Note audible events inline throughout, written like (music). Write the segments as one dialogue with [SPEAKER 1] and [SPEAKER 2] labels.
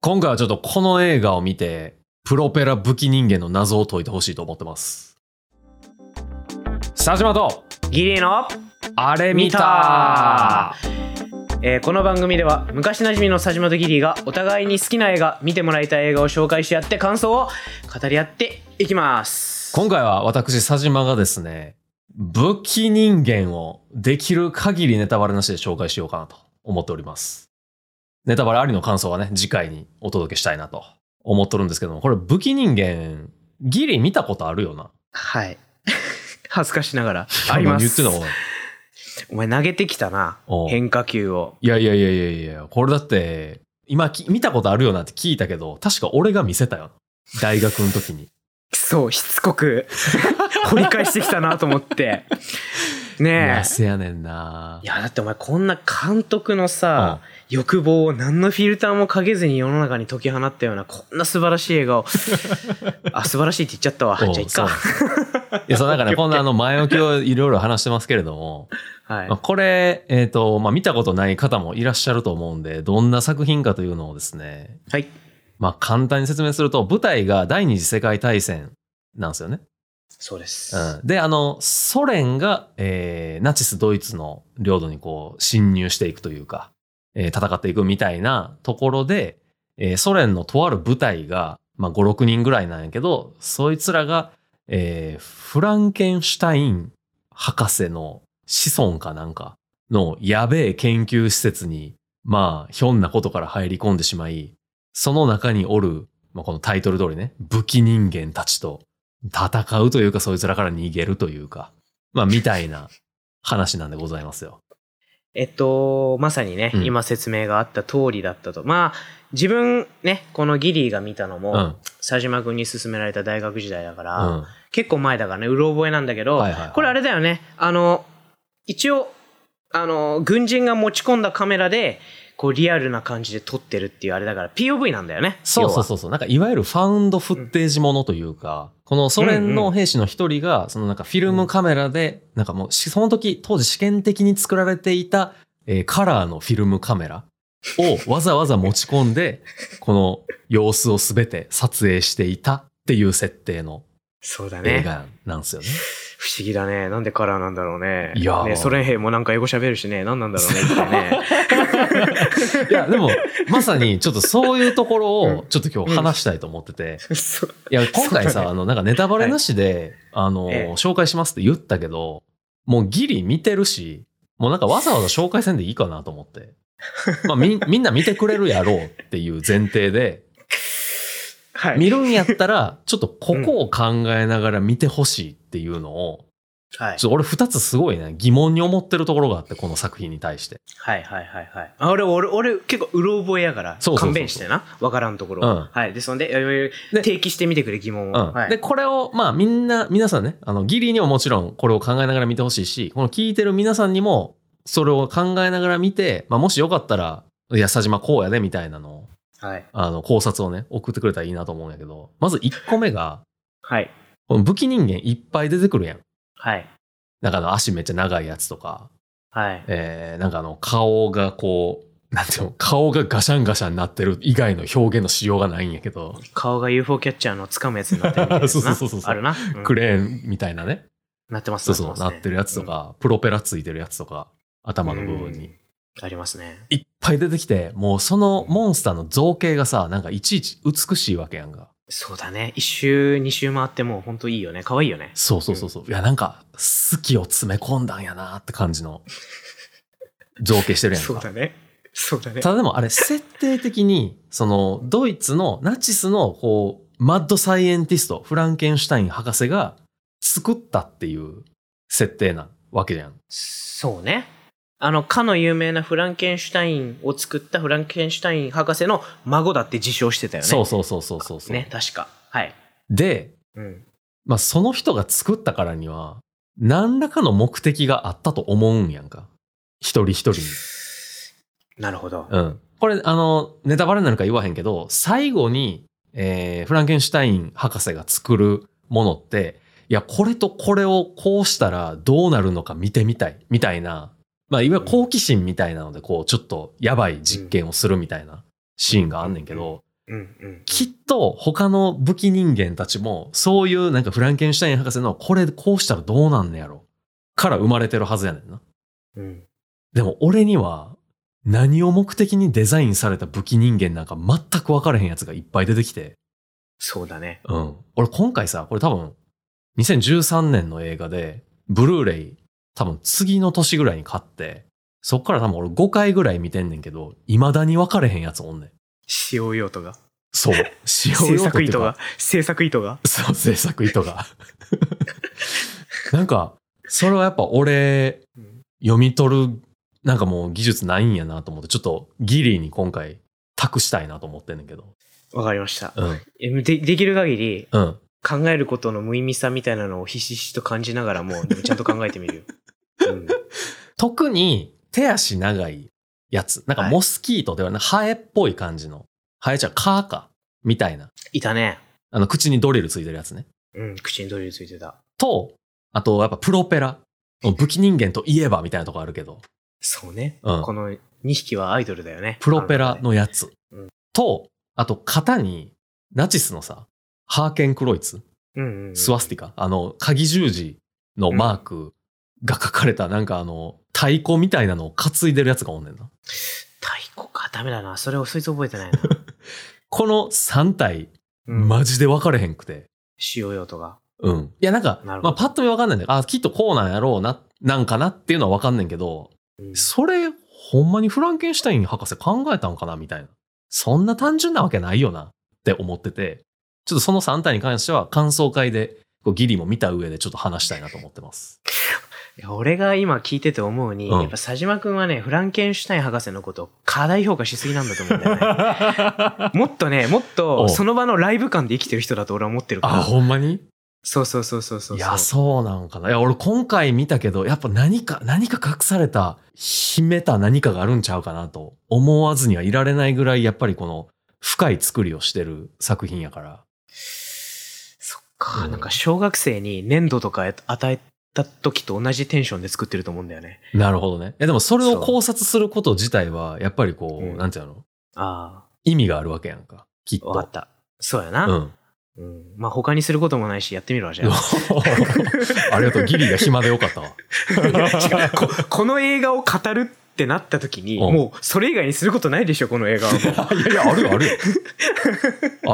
[SPEAKER 1] 今回はちょっとこの映画を見て、プロペラ武器人間の謎を解いてほしいと思ってます。佐島と、
[SPEAKER 2] ギリーの、
[SPEAKER 1] あれ見
[SPEAKER 2] 見
[SPEAKER 1] た
[SPEAKER 2] たえーこの番組では昔なじみの佐島とギリーがお互いに好きな映画見てもらいたい映画を紹介し合って感想を語り合っていきます
[SPEAKER 1] 今回は私、佐島がですね、武器人間をできる限りネタバレなしで紹介しようかなと思っております。ネタバレありの感想はね、次回にお届けしたいなと思っとるんですけども、これ武器人間、ギリ見たことあるよな。
[SPEAKER 2] はい (laughs) 恥ずかしな
[SPEAKER 1] (laughs)
[SPEAKER 2] がらあります
[SPEAKER 1] 言ってたもん。
[SPEAKER 2] お前投げてきたな
[SPEAKER 1] おう
[SPEAKER 2] 変化球を
[SPEAKER 1] いやいやいやいやいや、これだって、今き見たことあるよなって聞いたけど、確か俺が見せたよな。大学の時
[SPEAKER 2] (laughs)
[SPEAKER 1] に。
[SPEAKER 2] そうしつこく (laughs) 掘り返してきたなと思ってね
[SPEAKER 1] なせやねんな
[SPEAKER 2] えい。やだってお前こんな監督の
[SPEAKER 1] うん
[SPEAKER 2] さ、欲望を何のフィルターもかけずに世の中に解き放ったようなこんな素晴らしい
[SPEAKER 1] (laughs)
[SPEAKER 2] 映画をあ素晴らしいって言っちゃったわじゃあいっ
[SPEAKER 1] そう
[SPEAKER 2] か (laughs)
[SPEAKER 1] なんですいや、そうなんかね、こんなあの前置きをいろいろ話してますけれども、
[SPEAKER 2] はい
[SPEAKER 1] まあ、これ、えっ、と、まあ、見たことない方もいらっしゃると思うんで、どんな作品かというのをですね、
[SPEAKER 2] はい
[SPEAKER 1] まあ、簡単に説明すると、舞台が第二次世界大戦なんですよね。
[SPEAKER 2] そうです、
[SPEAKER 1] うん、で、あの、ソ連が、えーナチスドイツの領土にこう、侵入していくというか、えー戦っていくみたいなところで、えーソ連のとある部隊が、まあ、5、6人ぐらいなんやけど、そいつらが、えーフランケンシュタイン博士の子孫かなんかのやべえ研究施設に、まあ、ひょんなことから入り込んでしまい、その中におる、まあ、このタイトル通りね、武器人間たちと戦うというか、そいつらから逃げるというか、まあ、みたいな話なんでございますよ。
[SPEAKER 2] えっとまさにね、
[SPEAKER 1] うん
[SPEAKER 2] 今説明があった通りだったとまあ自分ねこのギリーが見たの
[SPEAKER 1] う
[SPEAKER 2] も、
[SPEAKER 1] ん。うん。
[SPEAKER 2] 佐島君に勧められた大学時代だから、
[SPEAKER 1] は
[SPEAKER 2] 結構前だからねうろ覚えなんだけど、
[SPEAKER 1] いはいはい。
[SPEAKER 2] これあれだよねあの一応あの軍人が持ち込んだカメラでこうリアルな感じで撮ってるっていうあれだから POV なんだよね
[SPEAKER 1] そうそう
[SPEAKER 2] う
[SPEAKER 1] そうそう。なんか、いわゆるファウンドフッテージものというか、このソ連の兵士の一人が、そのなんかフィルムカメラで、なんかもう、しその時、当時試験的に作られていた、えーカラーのフィルムカメラをわざわざ持ち込んで、 (laughs) この様子をすべて撮影していたっていう設定の
[SPEAKER 2] そうだ
[SPEAKER 1] 映
[SPEAKER 2] ね
[SPEAKER 1] 画なんですよね。
[SPEAKER 2] 不思議だねなんでカラーなんだろうね
[SPEAKER 1] いやー
[SPEAKER 2] ねソ連兵もなんか英語喋るしね何なんだろうねってね
[SPEAKER 1] (laughs) いや、でも、まさに、ちょっとそういうところ
[SPEAKER 2] う
[SPEAKER 1] を、ちょっと今日話したいと思ってて。
[SPEAKER 2] そう
[SPEAKER 1] いや、今回
[SPEAKER 2] そうだ
[SPEAKER 1] さ、
[SPEAKER 2] ね
[SPEAKER 1] あの、なんかネタバレなしで、あの、
[SPEAKER 2] ええ
[SPEAKER 1] 紹介しますって言ったけど、もうギリ見てるし、もうなんかわざわざ紹介せんでいいかなと思って。まあ、
[SPEAKER 2] (laughs)
[SPEAKER 1] み、みんな見てくれるやろうっていう前提で、
[SPEAKER 2] はい
[SPEAKER 1] 見るんやったら、ちょっとここを考えながら見てほしいっていうのを、
[SPEAKER 2] はい
[SPEAKER 1] ちょっと俺二つすごいね、疑問に思ってるところがあって、この作品に対して。
[SPEAKER 2] はいはいはいはい。あ俺、俺、俺、結構、うろ覚えやから、
[SPEAKER 1] そうそうそうそう
[SPEAKER 2] 勘弁してな。わからんところ。
[SPEAKER 1] うん
[SPEAKER 2] はい。で、そんで、いやいやい
[SPEAKER 1] で
[SPEAKER 2] や提起してみてくれ、疑問を。
[SPEAKER 1] うん
[SPEAKER 2] はい、
[SPEAKER 1] で、これを、まあみんな、皆さんね、あの、ギリにももちろんこれを考えながら見てほしいし、この聞いてる皆さんにも、それを考えながら見て、まあもしよかったら、いや、佐島こうやで、みたいなのを、
[SPEAKER 2] はい。
[SPEAKER 1] あの、考察をね、送ってくれたらいいなと思うんやけど、まず1個目が、
[SPEAKER 2] はい。
[SPEAKER 1] この武器人間いっぱい出てくるやん。
[SPEAKER 2] はい。
[SPEAKER 1] なんかあの、足めっちゃ長いやつとか、
[SPEAKER 2] はい。
[SPEAKER 1] えー、なんかあの、顔がこう、なんていうの、顔がガシャンガシャンになってる以外の表現のしようがないんやけど、
[SPEAKER 2] 顔が UFO キャッチャーのつかむやつになってるみたいな。
[SPEAKER 1] そうそうそうそう
[SPEAKER 2] あるな。うん
[SPEAKER 1] クレーンみたいなね、
[SPEAKER 2] なってます
[SPEAKER 1] そうそう、な
[SPEAKER 2] ますね
[SPEAKER 1] ってるやつとか、プロペラついてるやつとか、頭の部分
[SPEAKER 2] う
[SPEAKER 1] に。
[SPEAKER 2] んありますね。
[SPEAKER 1] いっぱい出てきて、もうそのモンスターの造形がさ、なんかいちいち美しいわけやんか。
[SPEAKER 2] そうだね。一周、二周回ってもう本当いいよね。可愛いよね。
[SPEAKER 1] そうそうそうそう。いや、なんか、好きを詰め込んだんやなって感じの造形してるやん
[SPEAKER 2] そう
[SPEAKER 1] か。
[SPEAKER 2] だね。そうだね。
[SPEAKER 1] ただでもあれ、設定的に、その、ドイツのナチスの、こう、マッドサイエンティスト、フランケンシュタイン博士が作ったっていう設定なわけじゃん。
[SPEAKER 2] そうね。あの、かの有名なフランケンシュタインを作ったフランケンシュタイン博士の孫だって自称してたよね。
[SPEAKER 1] そうそうそうそうそうそう。
[SPEAKER 2] ね、確か。はい。
[SPEAKER 1] で、
[SPEAKER 2] うん。
[SPEAKER 1] まあ、その人が作ったからには、何らかの目的があったと思うんやんか。一人一人に。
[SPEAKER 2] なるほど。
[SPEAKER 1] うん。これ、あの、ネタバレになるから言わへんけど、最後に、えー、フランケンシュタイン博士が作るものって、いや、これとこれをこうしたらどうなるのか見てみたい、みたいな、まあ、いわゆる好奇心みたいなので、こう、ちょっとやばい実験をするみたいなシーンがあんねんけど、
[SPEAKER 2] うんうん
[SPEAKER 1] きっと他の武器人間たちも、そういうなんかフランケンシュタイン博士のこれこうしたらどうなんねやろから生まれてるはずやねんな。
[SPEAKER 2] うん
[SPEAKER 1] でも俺には何を目的にデザインされた武器人間なんか全く分からへんやつがいっぱい出てきて。
[SPEAKER 2] そうだね
[SPEAKER 1] うん。俺今回さ、これ多分2013年の映画で、ブルーレイ多分次の年ぐらいに買って、そっから多分俺5回ぐらい見てんねんけど、未だに分かれへんやつおんねん。
[SPEAKER 2] 使用用途が (laughs)
[SPEAKER 1] そう。使用用途っていう
[SPEAKER 2] 制
[SPEAKER 1] か
[SPEAKER 2] 作意図が制作意図が
[SPEAKER 1] そう、制作意図が。なんか、それはやっぱ俺
[SPEAKER 2] うん、
[SPEAKER 1] 読み取る、なんかもう技術ないんやなと思って、ちょっとギリーに今回託したいなと思ってんねんけど。
[SPEAKER 2] わかりました
[SPEAKER 1] うん。
[SPEAKER 2] えでできる限り
[SPEAKER 1] うん。
[SPEAKER 2] 考えることの無意味さみたいなのをひしひしと感じながらもでもちゃんと考えてみるよ、うん、
[SPEAKER 1] 特に手足長いやつ。なんか
[SPEAKER 2] はい
[SPEAKER 1] モスキートではな、ハエっぽい感じの。ハエじゃカーか。みたいな。
[SPEAKER 2] いたね
[SPEAKER 1] あの、口にドリルついてるやつね。
[SPEAKER 2] うん口にドリルついてた
[SPEAKER 1] と、あとやっぱプロペラ。武器人間といえばみたいなとこあるけど。
[SPEAKER 2] そうね、
[SPEAKER 1] うん
[SPEAKER 2] この2匹はアイドルだよね
[SPEAKER 1] プロペラのやつ
[SPEAKER 2] うん。
[SPEAKER 1] と、あと型に、ナチスのさ、ハーケンクロイツ、
[SPEAKER 2] うんうんうん
[SPEAKER 1] スワスティカ、あの、鍵十字のマークが書かれた、なんかあの、太鼓みたいなのを担いでるやつがおんねんな。
[SPEAKER 2] 太鼓かダメだなそれをそいつ覚えてないな、
[SPEAKER 1] この3体、
[SPEAKER 2] う
[SPEAKER 1] (laughs)
[SPEAKER 2] ん
[SPEAKER 1] マジで分かれへんくて。
[SPEAKER 2] 使用用途が
[SPEAKER 1] うん。いや、なんか、
[SPEAKER 2] なるほど
[SPEAKER 1] まあ、パッと見分かんないんだけど、あ、きっとこうなんやろうな、なんかなっていうのは分かんねんけど、
[SPEAKER 2] うん
[SPEAKER 1] それ、ほんまにフランケンシュタイン博士考えたんかなみたいな。そんな単純なわけないよなって思ってて、ちょっとその3体に関しては感想会で、こうギリも見た上でちょっと話したいなと思って
[SPEAKER 2] (laughs)
[SPEAKER 1] ます。
[SPEAKER 2] いや俺が今聞いてて思うに、
[SPEAKER 1] うん
[SPEAKER 2] やっぱ佐島くんはね、フランケンシュタイン博士のことを過大評価しすぎなんだと思うんだよ
[SPEAKER 1] (laughs)
[SPEAKER 2] ね。
[SPEAKER 1] あ、
[SPEAKER 2] もっとね、もっ
[SPEAKER 1] お
[SPEAKER 2] と
[SPEAKER 1] う
[SPEAKER 2] その場のライブ感で生きてる人だと俺は思ってるから。
[SPEAKER 1] ほんまに
[SPEAKER 2] そうそうそうそうそう。
[SPEAKER 1] いや、そうなんかな。いや、俺今回見たけど、やっぱ何か、何か隠された、秘めた何かがあるんちゃうかなと思わずにはいられないぐらい、やっぱりこの深い作りをしてる作品やから。
[SPEAKER 2] そっか、
[SPEAKER 1] うん
[SPEAKER 2] なんか小学生に粘土とか与えた時と同じテンションで作ってると思うんだよね。
[SPEAKER 1] なるほどね。えでもそれ
[SPEAKER 2] そ
[SPEAKER 1] を
[SPEAKER 2] う
[SPEAKER 1] 考察すること自体は、やっぱりこう、
[SPEAKER 2] うん
[SPEAKER 1] なんていうの
[SPEAKER 2] あ
[SPEAKER 1] 意味があるわけやんか。きっ
[SPEAKER 2] あ、わか
[SPEAKER 1] と
[SPEAKER 2] っ。た。そうやな。
[SPEAKER 1] う
[SPEAKER 2] うん。
[SPEAKER 1] ん。
[SPEAKER 2] まあ他にすることもないし、やってみるわ、じゃあ。
[SPEAKER 1] (laughs) ありがとう。ギリが暇でよかったわ。
[SPEAKER 2] いや違うこ (laughs) この映画を語るってなった時に、
[SPEAKER 1] うん
[SPEAKER 2] もうそれ以外にすることないでしょ、この
[SPEAKER 1] (laughs)
[SPEAKER 2] 映画はも
[SPEAKER 1] い
[SPEAKER 2] う。
[SPEAKER 1] やいや、あるよ、あるよ。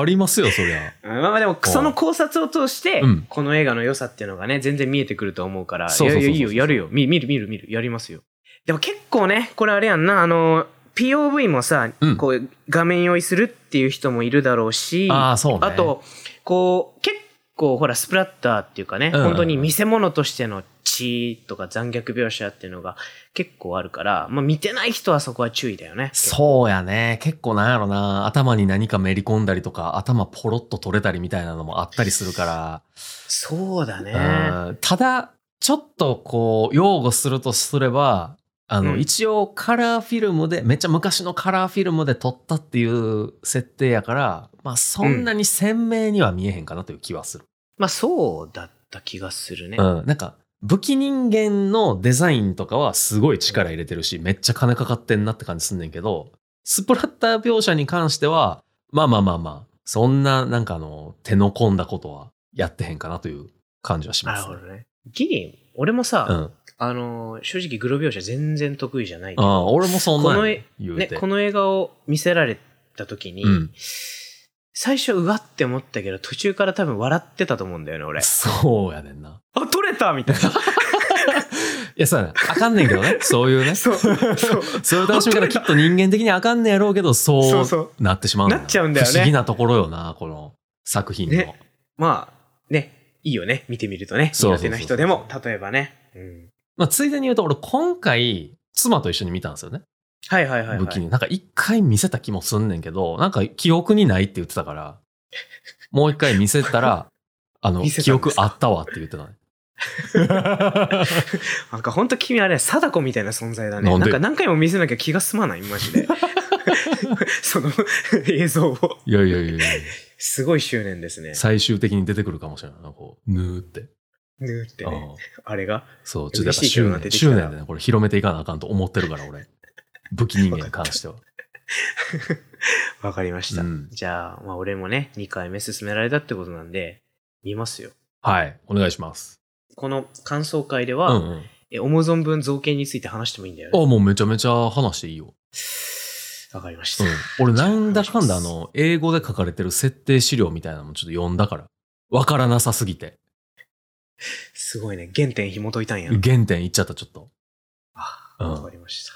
[SPEAKER 1] ありますよ、そりゃ。
[SPEAKER 2] うんまあまあでも、その考察を通して
[SPEAKER 1] うん、
[SPEAKER 2] この映画の良さっていうのがね、全然見えてくると思うから、い
[SPEAKER 1] そう
[SPEAKER 2] や
[SPEAKER 1] そうそう
[SPEAKER 2] いや、
[SPEAKER 1] そう
[SPEAKER 2] いいよ、やるよ。見見る見る見る、やりますよ。でも結構ね、これあれやんな、あの、POV もさ
[SPEAKER 1] うん、
[SPEAKER 2] こう、画面用意するっていう人もいるだろうし、
[SPEAKER 1] ああ、そうね。
[SPEAKER 2] あ、と、こう、結構ほら、スプラッターっていうかね、
[SPEAKER 1] うんうんうん
[SPEAKER 2] 本当に見せ物としての血とか残虐描写っていうのが結構あるから、まあ見てない人はそこは注意だよね。
[SPEAKER 1] そうやね。結構なんやろな。頭に何かめり込んだりとか、頭ポロッと取れたりみたいなのもあったりするから。
[SPEAKER 2] そうだね。
[SPEAKER 1] うんただ、ちょっとこう、擁護するとすれば、あの、
[SPEAKER 2] うん
[SPEAKER 1] 一応カラーフィルムで、めっちゃ昔のカラーフィルムで撮ったっていう設定やから、まあそんなに鮮明には見えへんかなという気はする。
[SPEAKER 2] まあそうだった気がするね。
[SPEAKER 1] うん。なんか、武器人間のデザインとかはすごい力入れてるし、めっちゃ金かかってんなって感じすんねんけど、スプラッター描写に関しては、まあまあまあまあ、そんななんかあの、手の込んだことはやってへんかなという感じはし
[SPEAKER 2] な
[SPEAKER 1] ま
[SPEAKER 2] る
[SPEAKER 1] す
[SPEAKER 2] ほ
[SPEAKER 1] ね、
[SPEAKER 2] どね。ギリ、俺もさ、
[SPEAKER 1] うん。
[SPEAKER 2] あのー、正直グロ描写全然得意じゃないけ
[SPEAKER 1] あ
[SPEAKER 2] ど、
[SPEAKER 1] あ、俺もそんなんやね言う
[SPEAKER 2] ね、
[SPEAKER 1] て。
[SPEAKER 2] この映画を見せられた時に、
[SPEAKER 1] うん
[SPEAKER 2] 最初うわって思ったけど、途中から多分笑ってたと思うんだよね、俺。
[SPEAKER 1] そうやねんな。
[SPEAKER 2] あ、撮れたみたい
[SPEAKER 1] いや、そうやねん。あかんねんけど
[SPEAKER 2] (laughs)
[SPEAKER 1] ね。そういうね。
[SPEAKER 2] な。そう、
[SPEAKER 1] (laughs)
[SPEAKER 2] そう。
[SPEAKER 1] そういう楽しみ方きっと人間的にあかんねんやろうけど、そう
[SPEAKER 2] そうそう
[SPEAKER 1] なってしまうんだよ
[SPEAKER 2] なっちゃうんだよね
[SPEAKER 1] 不思議なところよな、この作品の。
[SPEAKER 2] ねまあ、ね、いいよね、見てみるとね。
[SPEAKER 1] そう
[SPEAKER 2] 苦
[SPEAKER 1] そうそうそう
[SPEAKER 2] 手な人でも、例えばね。うん
[SPEAKER 1] まあ、ついでに言うと、俺今回、妻と一緒に見たんですよね。
[SPEAKER 2] はいはいはい、
[SPEAKER 1] 武
[SPEAKER 2] は
[SPEAKER 1] 器
[SPEAKER 2] い。
[SPEAKER 1] に。なんか一回見せた気もすんねんけど、なんか記憶にないって言ってた
[SPEAKER 2] (laughs)
[SPEAKER 1] から、もう一回見せたら、あの、
[SPEAKER 2] 見せ
[SPEAKER 1] 記
[SPEAKER 2] たんで
[SPEAKER 1] 憶
[SPEAKER 2] すか
[SPEAKER 1] あったわって言ってたね。
[SPEAKER 2] (laughs) なんか本当君あれ、貞子みたいな存在だね。
[SPEAKER 1] な
[SPEAKER 2] なんん
[SPEAKER 1] で
[SPEAKER 2] か何回も見せなきゃ気が済まない、マ
[SPEAKER 1] (laughs)
[SPEAKER 2] ジで。その映像を。
[SPEAKER 1] いやいやいやいや
[SPEAKER 2] すごい執念ですね。
[SPEAKER 1] 最終的に出てくるかもしれないな、こう、ぬーって。
[SPEAKER 2] ぬーってね。
[SPEAKER 1] ああ
[SPEAKER 2] あれが。
[SPEAKER 1] そう、ちょっとやっ
[SPEAKER 2] 嬉
[SPEAKER 1] ぱ
[SPEAKER 2] しいけ
[SPEAKER 1] 執
[SPEAKER 2] どな
[SPEAKER 1] 念、
[SPEAKER 2] 出てきた
[SPEAKER 1] 執
[SPEAKER 2] ら
[SPEAKER 1] 念でね、これ広めていかなあかんと思ってるから、俺。武器人間に関しては。
[SPEAKER 2] わかりました。
[SPEAKER 1] うん
[SPEAKER 2] じゃあ、まあ俺もね、2回目進められたってことなんで、見ますよ。
[SPEAKER 1] はい。お願いします。
[SPEAKER 2] この感想会で
[SPEAKER 1] うん
[SPEAKER 2] は、
[SPEAKER 1] うん。
[SPEAKER 2] え思う存分造形について話してもいいんだよ
[SPEAKER 1] あ、
[SPEAKER 2] ね。
[SPEAKER 1] もうめちゃめちゃ話していいよ。
[SPEAKER 2] わかりまし
[SPEAKER 1] う
[SPEAKER 2] た。
[SPEAKER 1] ん。俺なんだかんだあの、英語で書かれてる設定資料みたいなのもちょっと読んだから。わからなさすぎて。
[SPEAKER 2] すごいね、原点紐解いたんや。
[SPEAKER 1] 原点いっちゃった、ちょっと。
[SPEAKER 2] あ
[SPEAKER 1] うん
[SPEAKER 2] わかりました。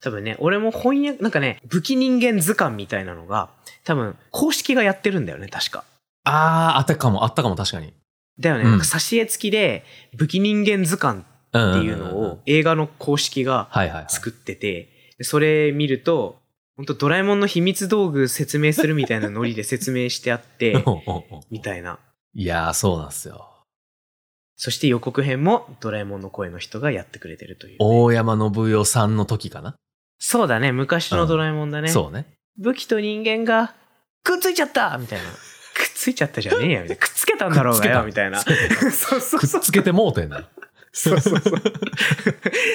[SPEAKER 2] 多分ね、俺も翻訳、なんかね、武器人間図鑑みたいなのが、多分、公式がやってるんだよね、確か。
[SPEAKER 1] あー、あったかも、あったかも、確かに。
[SPEAKER 2] だよね、
[SPEAKER 1] うん
[SPEAKER 2] なんか挿絵付きで、武器人間図鑑
[SPEAKER 1] うんん
[SPEAKER 2] って
[SPEAKER 1] んん
[SPEAKER 2] いうのを、映画の公式が
[SPEAKER 1] はいはいはい。
[SPEAKER 2] 作ってて、でそれ見ると、本当ドラえもんの秘密道具説明するみたいなノリで説明してあって、
[SPEAKER 1] (laughs) おうおうおう
[SPEAKER 2] みたいな。
[SPEAKER 1] いやー、そうなんですよ。
[SPEAKER 2] そして予告編もドラえもんの声の人がやってくれてるという。
[SPEAKER 1] 大山信代さんの時かな、
[SPEAKER 2] そうだね、昔のドラえもんだね。
[SPEAKER 1] そうね。
[SPEAKER 2] 武器と人間がくっついちゃったみたいな。くっついちゃったじゃねえよ、み (laughs) たいな。くっつけたんだろうがよ、
[SPEAKER 1] くっ
[SPEAKER 2] み
[SPEAKER 1] つ
[SPEAKER 2] たいな。 (laughs) そうそう
[SPEAKER 1] (laughs) くっ
[SPEAKER 2] そう。
[SPEAKER 1] つけてもうてんな。
[SPEAKER 2] そうそうそう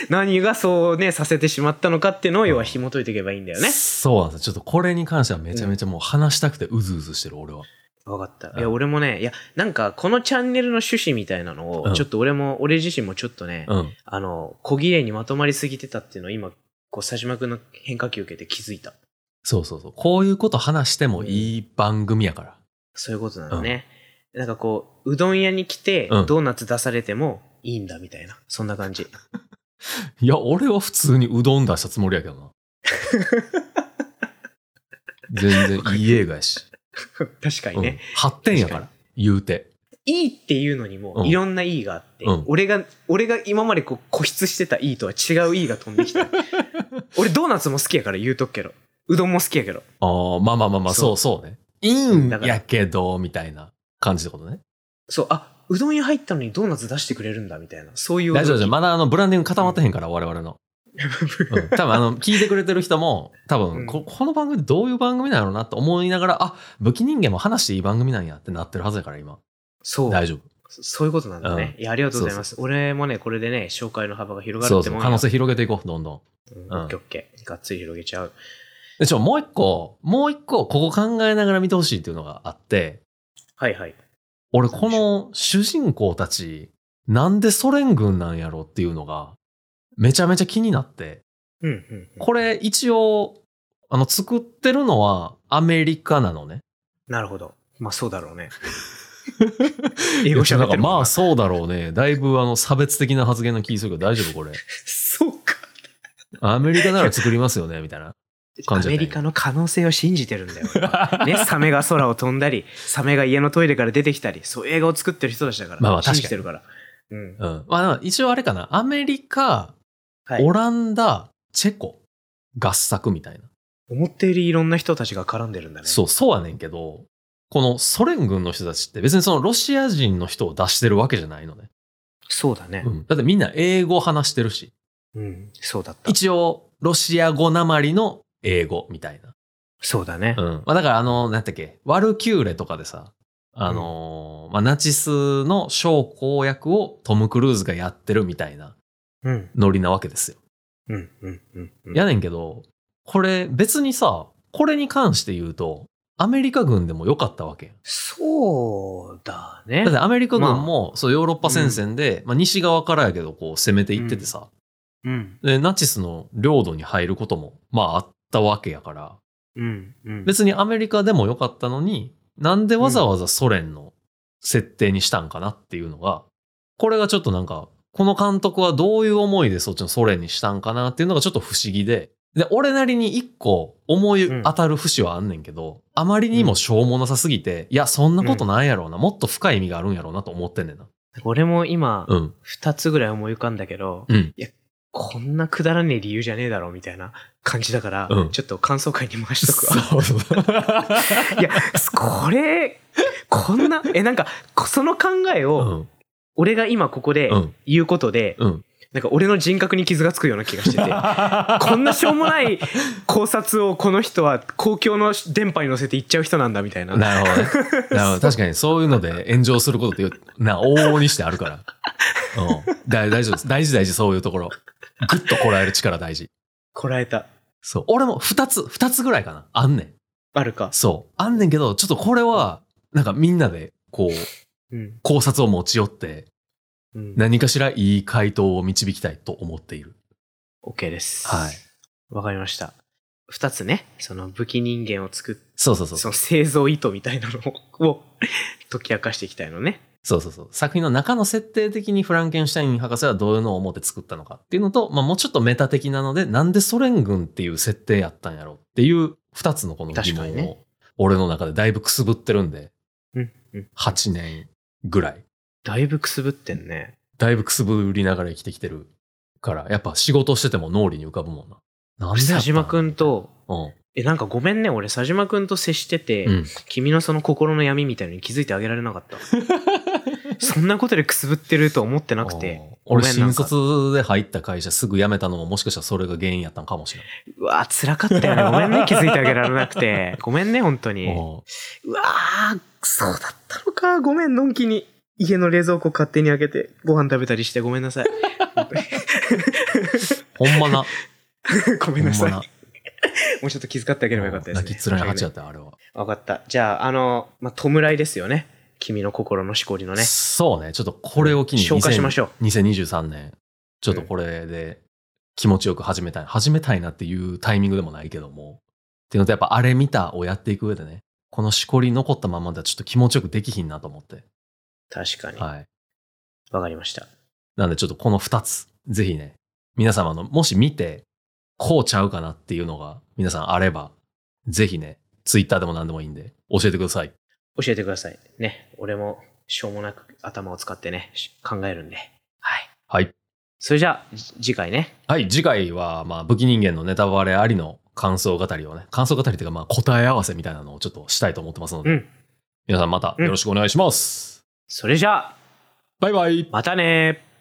[SPEAKER 2] 何がそうね、させてしまったのかっていうのを、要は紐解いていけばいいんだよね。
[SPEAKER 1] そうなんですよ。ちょっとこれに関してはめちゃめちゃもう話したくてうずうずしてる、俺は。
[SPEAKER 2] わかった。
[SPEAKER 1] うん
[SPEAKER 2] いや、俺もね、いや、なんか、このチャンネルの趣旨みたいなの
[SPEAKER 1] う
[SPEAKER 2] を、
[SPEAKER 1] ん
[SPEAKER 2] ちょっと俺も、俺自身もちょっとね、
[SPEAKER 1] うん。
[SPEAKER 2] あの、小切れにまとまりすぎてたっていうのを今、こう、佐島くんの変化球受けて気づいた。
[SPEAKER 1] そうそうそう。こういうこと話してもいい番組やから。
[SPEAKER 2] そういうことなのね。なんかこう、うどん屋に来て、
[SPEAKER 1] うん
[SPEAKER 2] ドーナツ出されてもいいんだみたいな、そんな感じ。 (laughs)
[SPEAKER 1] いや、俺は普通にうどん出したつもりやけど
[SPEAKER 2] (laughs)
[SPEAKER 1] な。全然いい映画やし。
[SPEAKER 2] 確か
[SPEAKER 1] う
[SPEAKER 2] に
[SPEAKER 1] ん
[SPEAKER 2] ね。、
[SPEAKER 1] 発展やから、言うて。
[SPEAKER 2] いいっていうのにも
[SPEAKER 1] う、ん
[SPEAKER 2] いろんないいがあって、
[SPEAKER 1] うん
[SPEAKER 2] 俺が、俺が今までこう固執してたいいとは違ういいが飛んで
[SPEAKER 1] (laughs)
[SPEAKER 2] きた。俺ドーナツも好きやから言うとくけど、うどんも好きやけど。
[SPEAKER 1] あーまあまあまあまあ、
[SPEAKER 2] そ
[SPEAKER 1] そううそうね。いいん
[SPEAKER 2] だから
[SPEAKER 1] やけど、みたいな感じってことね。
[SPEAKER 2] そう、あ、うどん屋入ったのにドーナツ出してくれるんだみたいな、そういう。
[SPEAKER 1] 大丈夫です。
[SPEAKER 2] ま
[SPEAKER 1] まだあの、ブランディング固まってへんから、我々
[SPEAKER 2] (laughs)
[SPEAKER 1] の。うん、多分あの、聞いてくれてる人も、多
[SPEAKER 2] う
[SPEAKER 1] 分
[SPEAKER 2] ん
[SPEAKER 1] こ、この番組どういう番組なのなと思いながら、あ、武器人間も話していい番組なんやってなってるはずやから、今。
[SPEAKER 2] そう。
[SPEAKER 1] 大丈夫。
[SPEAKER 2] そういうことなんだね。いや、ありがとうございます。俺もね、これでね、紹介の幅が広が
[SPEAKER 1] そ
[SPEAKER 2] るっ
[SPEAKER 1] う
[SPEAKER 2] て
[SPEAKER 1] そ
[SPEAKER 2] も
[SPEAKER 1] う。
[SPEAKER 2] ん
[SPEAKER 1] 可能
[SPEAKER 2] や
[SPEAKER 1] 性広げていこう、どんどん。
[SPEAKER 2] うん
[SPEAKER 1] うん
[SPEAKER 2] オッケーオッケー。がっつり広げちゃう。
[SPEAKER 1] で、ちょ、もう一個、もう一個、ここ考えながら見てほしいっていうのがあって、
[SPEAKER 2] はいはい。
[SPEAKER 1] 俺、この主人公たち、なんでソ連軍なんやろっていうのが、めちゃめちゃ気になって、
[SPEAKER 2] うんうんうん。
[SPEAKER 1] これ一応、あの、作ってるのはアメリカなのね。
[SPEAKER 2] なるほど。まあそうだろうね。 (laughs) 英語喋ってるもんな
[SPEAKER 1] なんかまあそうだろうね。だいぶあの差別的な発言の気するけど大丈夫これ。
[SPEAKER 2] そうか。
[SPEAKER 1] アメリカなら作りますよね、みたいな。
[SPEAKER 2] ア
[SPEAKER 1] 感じだったんや
[SPEAKER 2] メリカの可能性を信じてるんだよ。俺はね、 (laughs) サメが空を飛んだり、サメが家のトイレから出てきたり、そう映画を作ってる人たちだから、
[SPEAKER 1] まあまあ確かに
[SPEAKER 2] 信じてるから。うん。
[SPEAKER 1] うん。まあでも一応あれかな。アメリカ、
[SPEAKER 2] はい
[SPEAKER 1] オ。ランダ、チェコ、合作みたいな。
[SPEAKER 2] 思ったよりいろんな人たちが絡んでるんだね。
[SPEAKER 1] そう、そうやねんけど、このソ連軍の人たちって別にそのロシア人の人を出してるわけじゃないのね。
[SPEAKER 2] そうだね
[SPEAKER 1] う。ん。だってみんな英語話してるし。
[SPEAKER 2] うん。そうだった。
[SPEAKER 1] 一応、ロシア語なまりの英語みたいな。
[SPEAKER 2] そうだね
[SPEAKER 1] う。ん。まあだからあの、なんだっけ、ワルキューレとかでさ、あのーまあナチスの将校役をトム・クルーズがやってるみたいな
[SPEAKER 2] うん。
[SPEAKER 1] ノリなわけですよ。
[SPEAKER 2] うん。うん。うん。うん
[SPEAKER 1] やねんけど、これ別にさ、これに関して言うと、アメリカ軍でもよかったわけやん
[SPEAKER 2] そうだね
[SPEAKER 1] だっ。てアメリカ軍も、そうヨーロッパ戦線で、まあ、西側からやけどこう攻めていっててさ、
[SPEAKER 2] うん。
[SPEAKER 1] でナチスの領土に入ることもまああったわけやから
[SPEAKER 2] うん。うん。
[SPEAKER 1] 別にアメリカでもよかったのになんでわざわざソ連の設定にしたんかなっていうのがこれがちょっとなんかこの監督はどういう思いでそっちのソ連にしたんかなっていうのがちょっと不思議で。で、俺なりに一個思い当たる節はあんねんけど、あまりにもしょうもなさすぎて、いや、そんなことないやろうな、もっと深い意味があるんやろうなと思ってんねんな。
[SPEAKER 2] 俺も今、
[SPEAKER 1] うん。
[SPEAKER 2] 二つぐらい思い浮かんだけど、
[SPEAKER 1] うん。
[SPEAKER 2] こんなくだらねえ理由じゃねえだろみたいな感じだから、
[SPEAKER 1] うん
[SPEAKER 2] ちょっと感想会に回しとくわ。
[SPEAKER 1] うそう。
[SPEAKER 2] いや、これ、こんな、え、なんか、こその考え
[SPEAKER 1] う
[SPEAKER 2] を、
[SPEAKER 1] ん。
[SPEAKER 2] 俺が今ここ
[SPEAKER 1] (laughs)
[SPEAKER 2] で
[SPEAKER 1] うん。
[SPEAKER 2] 言うことで、
[SPEAKER 1] うん。
[SPEAKER 2] なんか俺の人格に傷がつくような気がし
[SPEAKER 1] (laughs)
[SPEAKER 2] てて、こんなしょうもない考察をこの人は公共の電波に乗せて言っちゃう人なんだみたいな。
[SPEAKER 1] なるほどね。なるほど。確かにそういうので炎上することって、な、往々にしてあるから。うん。だ大丈夫です。大事大事、そういうところ。ぐっとこらえる力大事。
[SPEAKER 2] こらえた。
[SPEAKER 1] そう。俺も二つ、二つぐらいかな。あんねん。
[SPEAKER 2] あるか。
[SPEAKER 1] そう。あんねんけど、ちょっとこれは、なんかみんなで、こう、
[SPEAKER 2] うん。
[SPEAKER 1] 考察を持ち寄って、
[SPEAKER 2] うん。
[SPEAKER 1] 何かしらいい回答を導きたいと思っている。
[SPEAKER 2] OK です。
[SPEAKER 1] はい。
[SPEAKER 2] わかりました。二つね、その武器人間を作って、
[SPEAKER 1] そうそうそう。
[SPEAKER 2] そ
[SPEAKER 1] そう
[SPEAKER 2] の製造意図みたいなのをを (laughs) 解き明かしていきたいのね。
[SPEAKER 1] そうそう作品の中の設定的にフランケンシュタイン博士はどういうのを思って作ったのかっていうのと、まあもうちょっとメタ的なので、なんでソ連軍っていう設定やったんやろっていう二つのこの疑問
[SPEAKER 2] 確
[SPEAKER 1] を、
[SPEAKER 2] かにね
[SPEAKER 1] 俺の中でだいぶくすぶってるんで、
[SPEAKER 2] うん。うん。
[SPEAKER 1] 8年ぐらい。
[SPEAKER 2] だいぶくすぶってんね。
[SPEAKER 1] だいぶくすぶりながら生きてきてるから、やっぱ仕事してても脳裏に浮かぶもんな。なんでやった
[SPEAKER 2] 佐島くんと、
[SPEAKER 1] うん。
[SPEAKER 2] え、なんかごめんね、俺、佐島くんと接してて、
[SPEAKER 1] うん。
[SPEAKER 2] 君のその心の闇みたいのに気づいてあげられなかった。 (laughs) そんなことでくすぶってると思ってなくて。
[SPEAKER 1] うん俺
[SPEAKER 2] ごめんな
[SPEAKER 1] 新
[SPEAKER 2] んか
[SPEAKER 1] 卒で入った会社すぐ辞めたのももしかしたらそれが原因やったのかもしれ
[SPEAKER 2] うわー辛かったよね。ごめんね、気づいてあげられなく
[SPEAKER 1] (laughs)
[SPEAKER 2] て。ごめんね、本当
[SPEAKER 1] ない。
[SPEAKER 2] に。
[SPEAKER 1] うん
[SPEAKER 2] うわー、そうだったのか。ごめん、のんきに。家の冷蔵庫勝手に開けて、ご飯食べたりしてごめんなさい。
[SPEAKER 1] ほんま
[SPEAKER 2] (laughs)
[SPEAKER 1] な。
[SPEAKER 2] ご
[SPEAKER 1] ほ
[SPEAKER 2] め
[SPEAKER 1] ん
[SPEAKER 2] んな
[SPEAKER 1] ま
[SPEAKER 2] さい。
[SPEAKER 1] な
[SPEAKER 2] も。うちょっと気遣ってあげればよかったですね。
[SPEAKER 1] 泣き連れながっちゃったよ、あれは。
[SPEAKER 2] わかった。じゃあ、あの、まあ、弔いですよね。君の心のしこりのね。
[SPEAKER 1] そうね。ちょっとこれを機に
[SPEAKER 2] 消化しましょ
[SPEAKER 1] う。2023年、ちょっとこれで気持ちよく始めたい。始めたいなっていうタイミングでもないけども。っていうのと、やっぱあれ見たをやっていく上でね、このしこり残ったままではちょっと気持ちよくできひんなと思って。
[SPEAKER 2] 確かに。わ、
[SPEAKER 1] はい。
[SPEAKER 2] かりました。
[SPEAKER 1] なんでちょっとこの2つ、ぜひね、皆様の、もし見て、こうちゃうかなっていうのが、皆さんあれば、ぜひね、ツイッターでも何でもいいんで、教えてください。
[SPEAKER 2] 教えてください。ね。俺も、しょうもなく頭を使ってね、し考えるんで。はい。
[SPEAKER 1] はい。
[SPEAKER 2] それじゃあ、じ次回ね。
[SPEAKER 1] はい、次回は、まあ、武器人間のネタバレありの感想語りをね、感想語りというか、まあ、答え合わせみたいなのをちょっとしたいと思ってますので、
[SPEAKER 2] うん
[SPEAKER 1] 皆さんまたよろしくお願いします。
[SPEAKER 2] それじゃあ、
[SPEAKER 1] バイバイ。
[SPEAKER 2] またねー。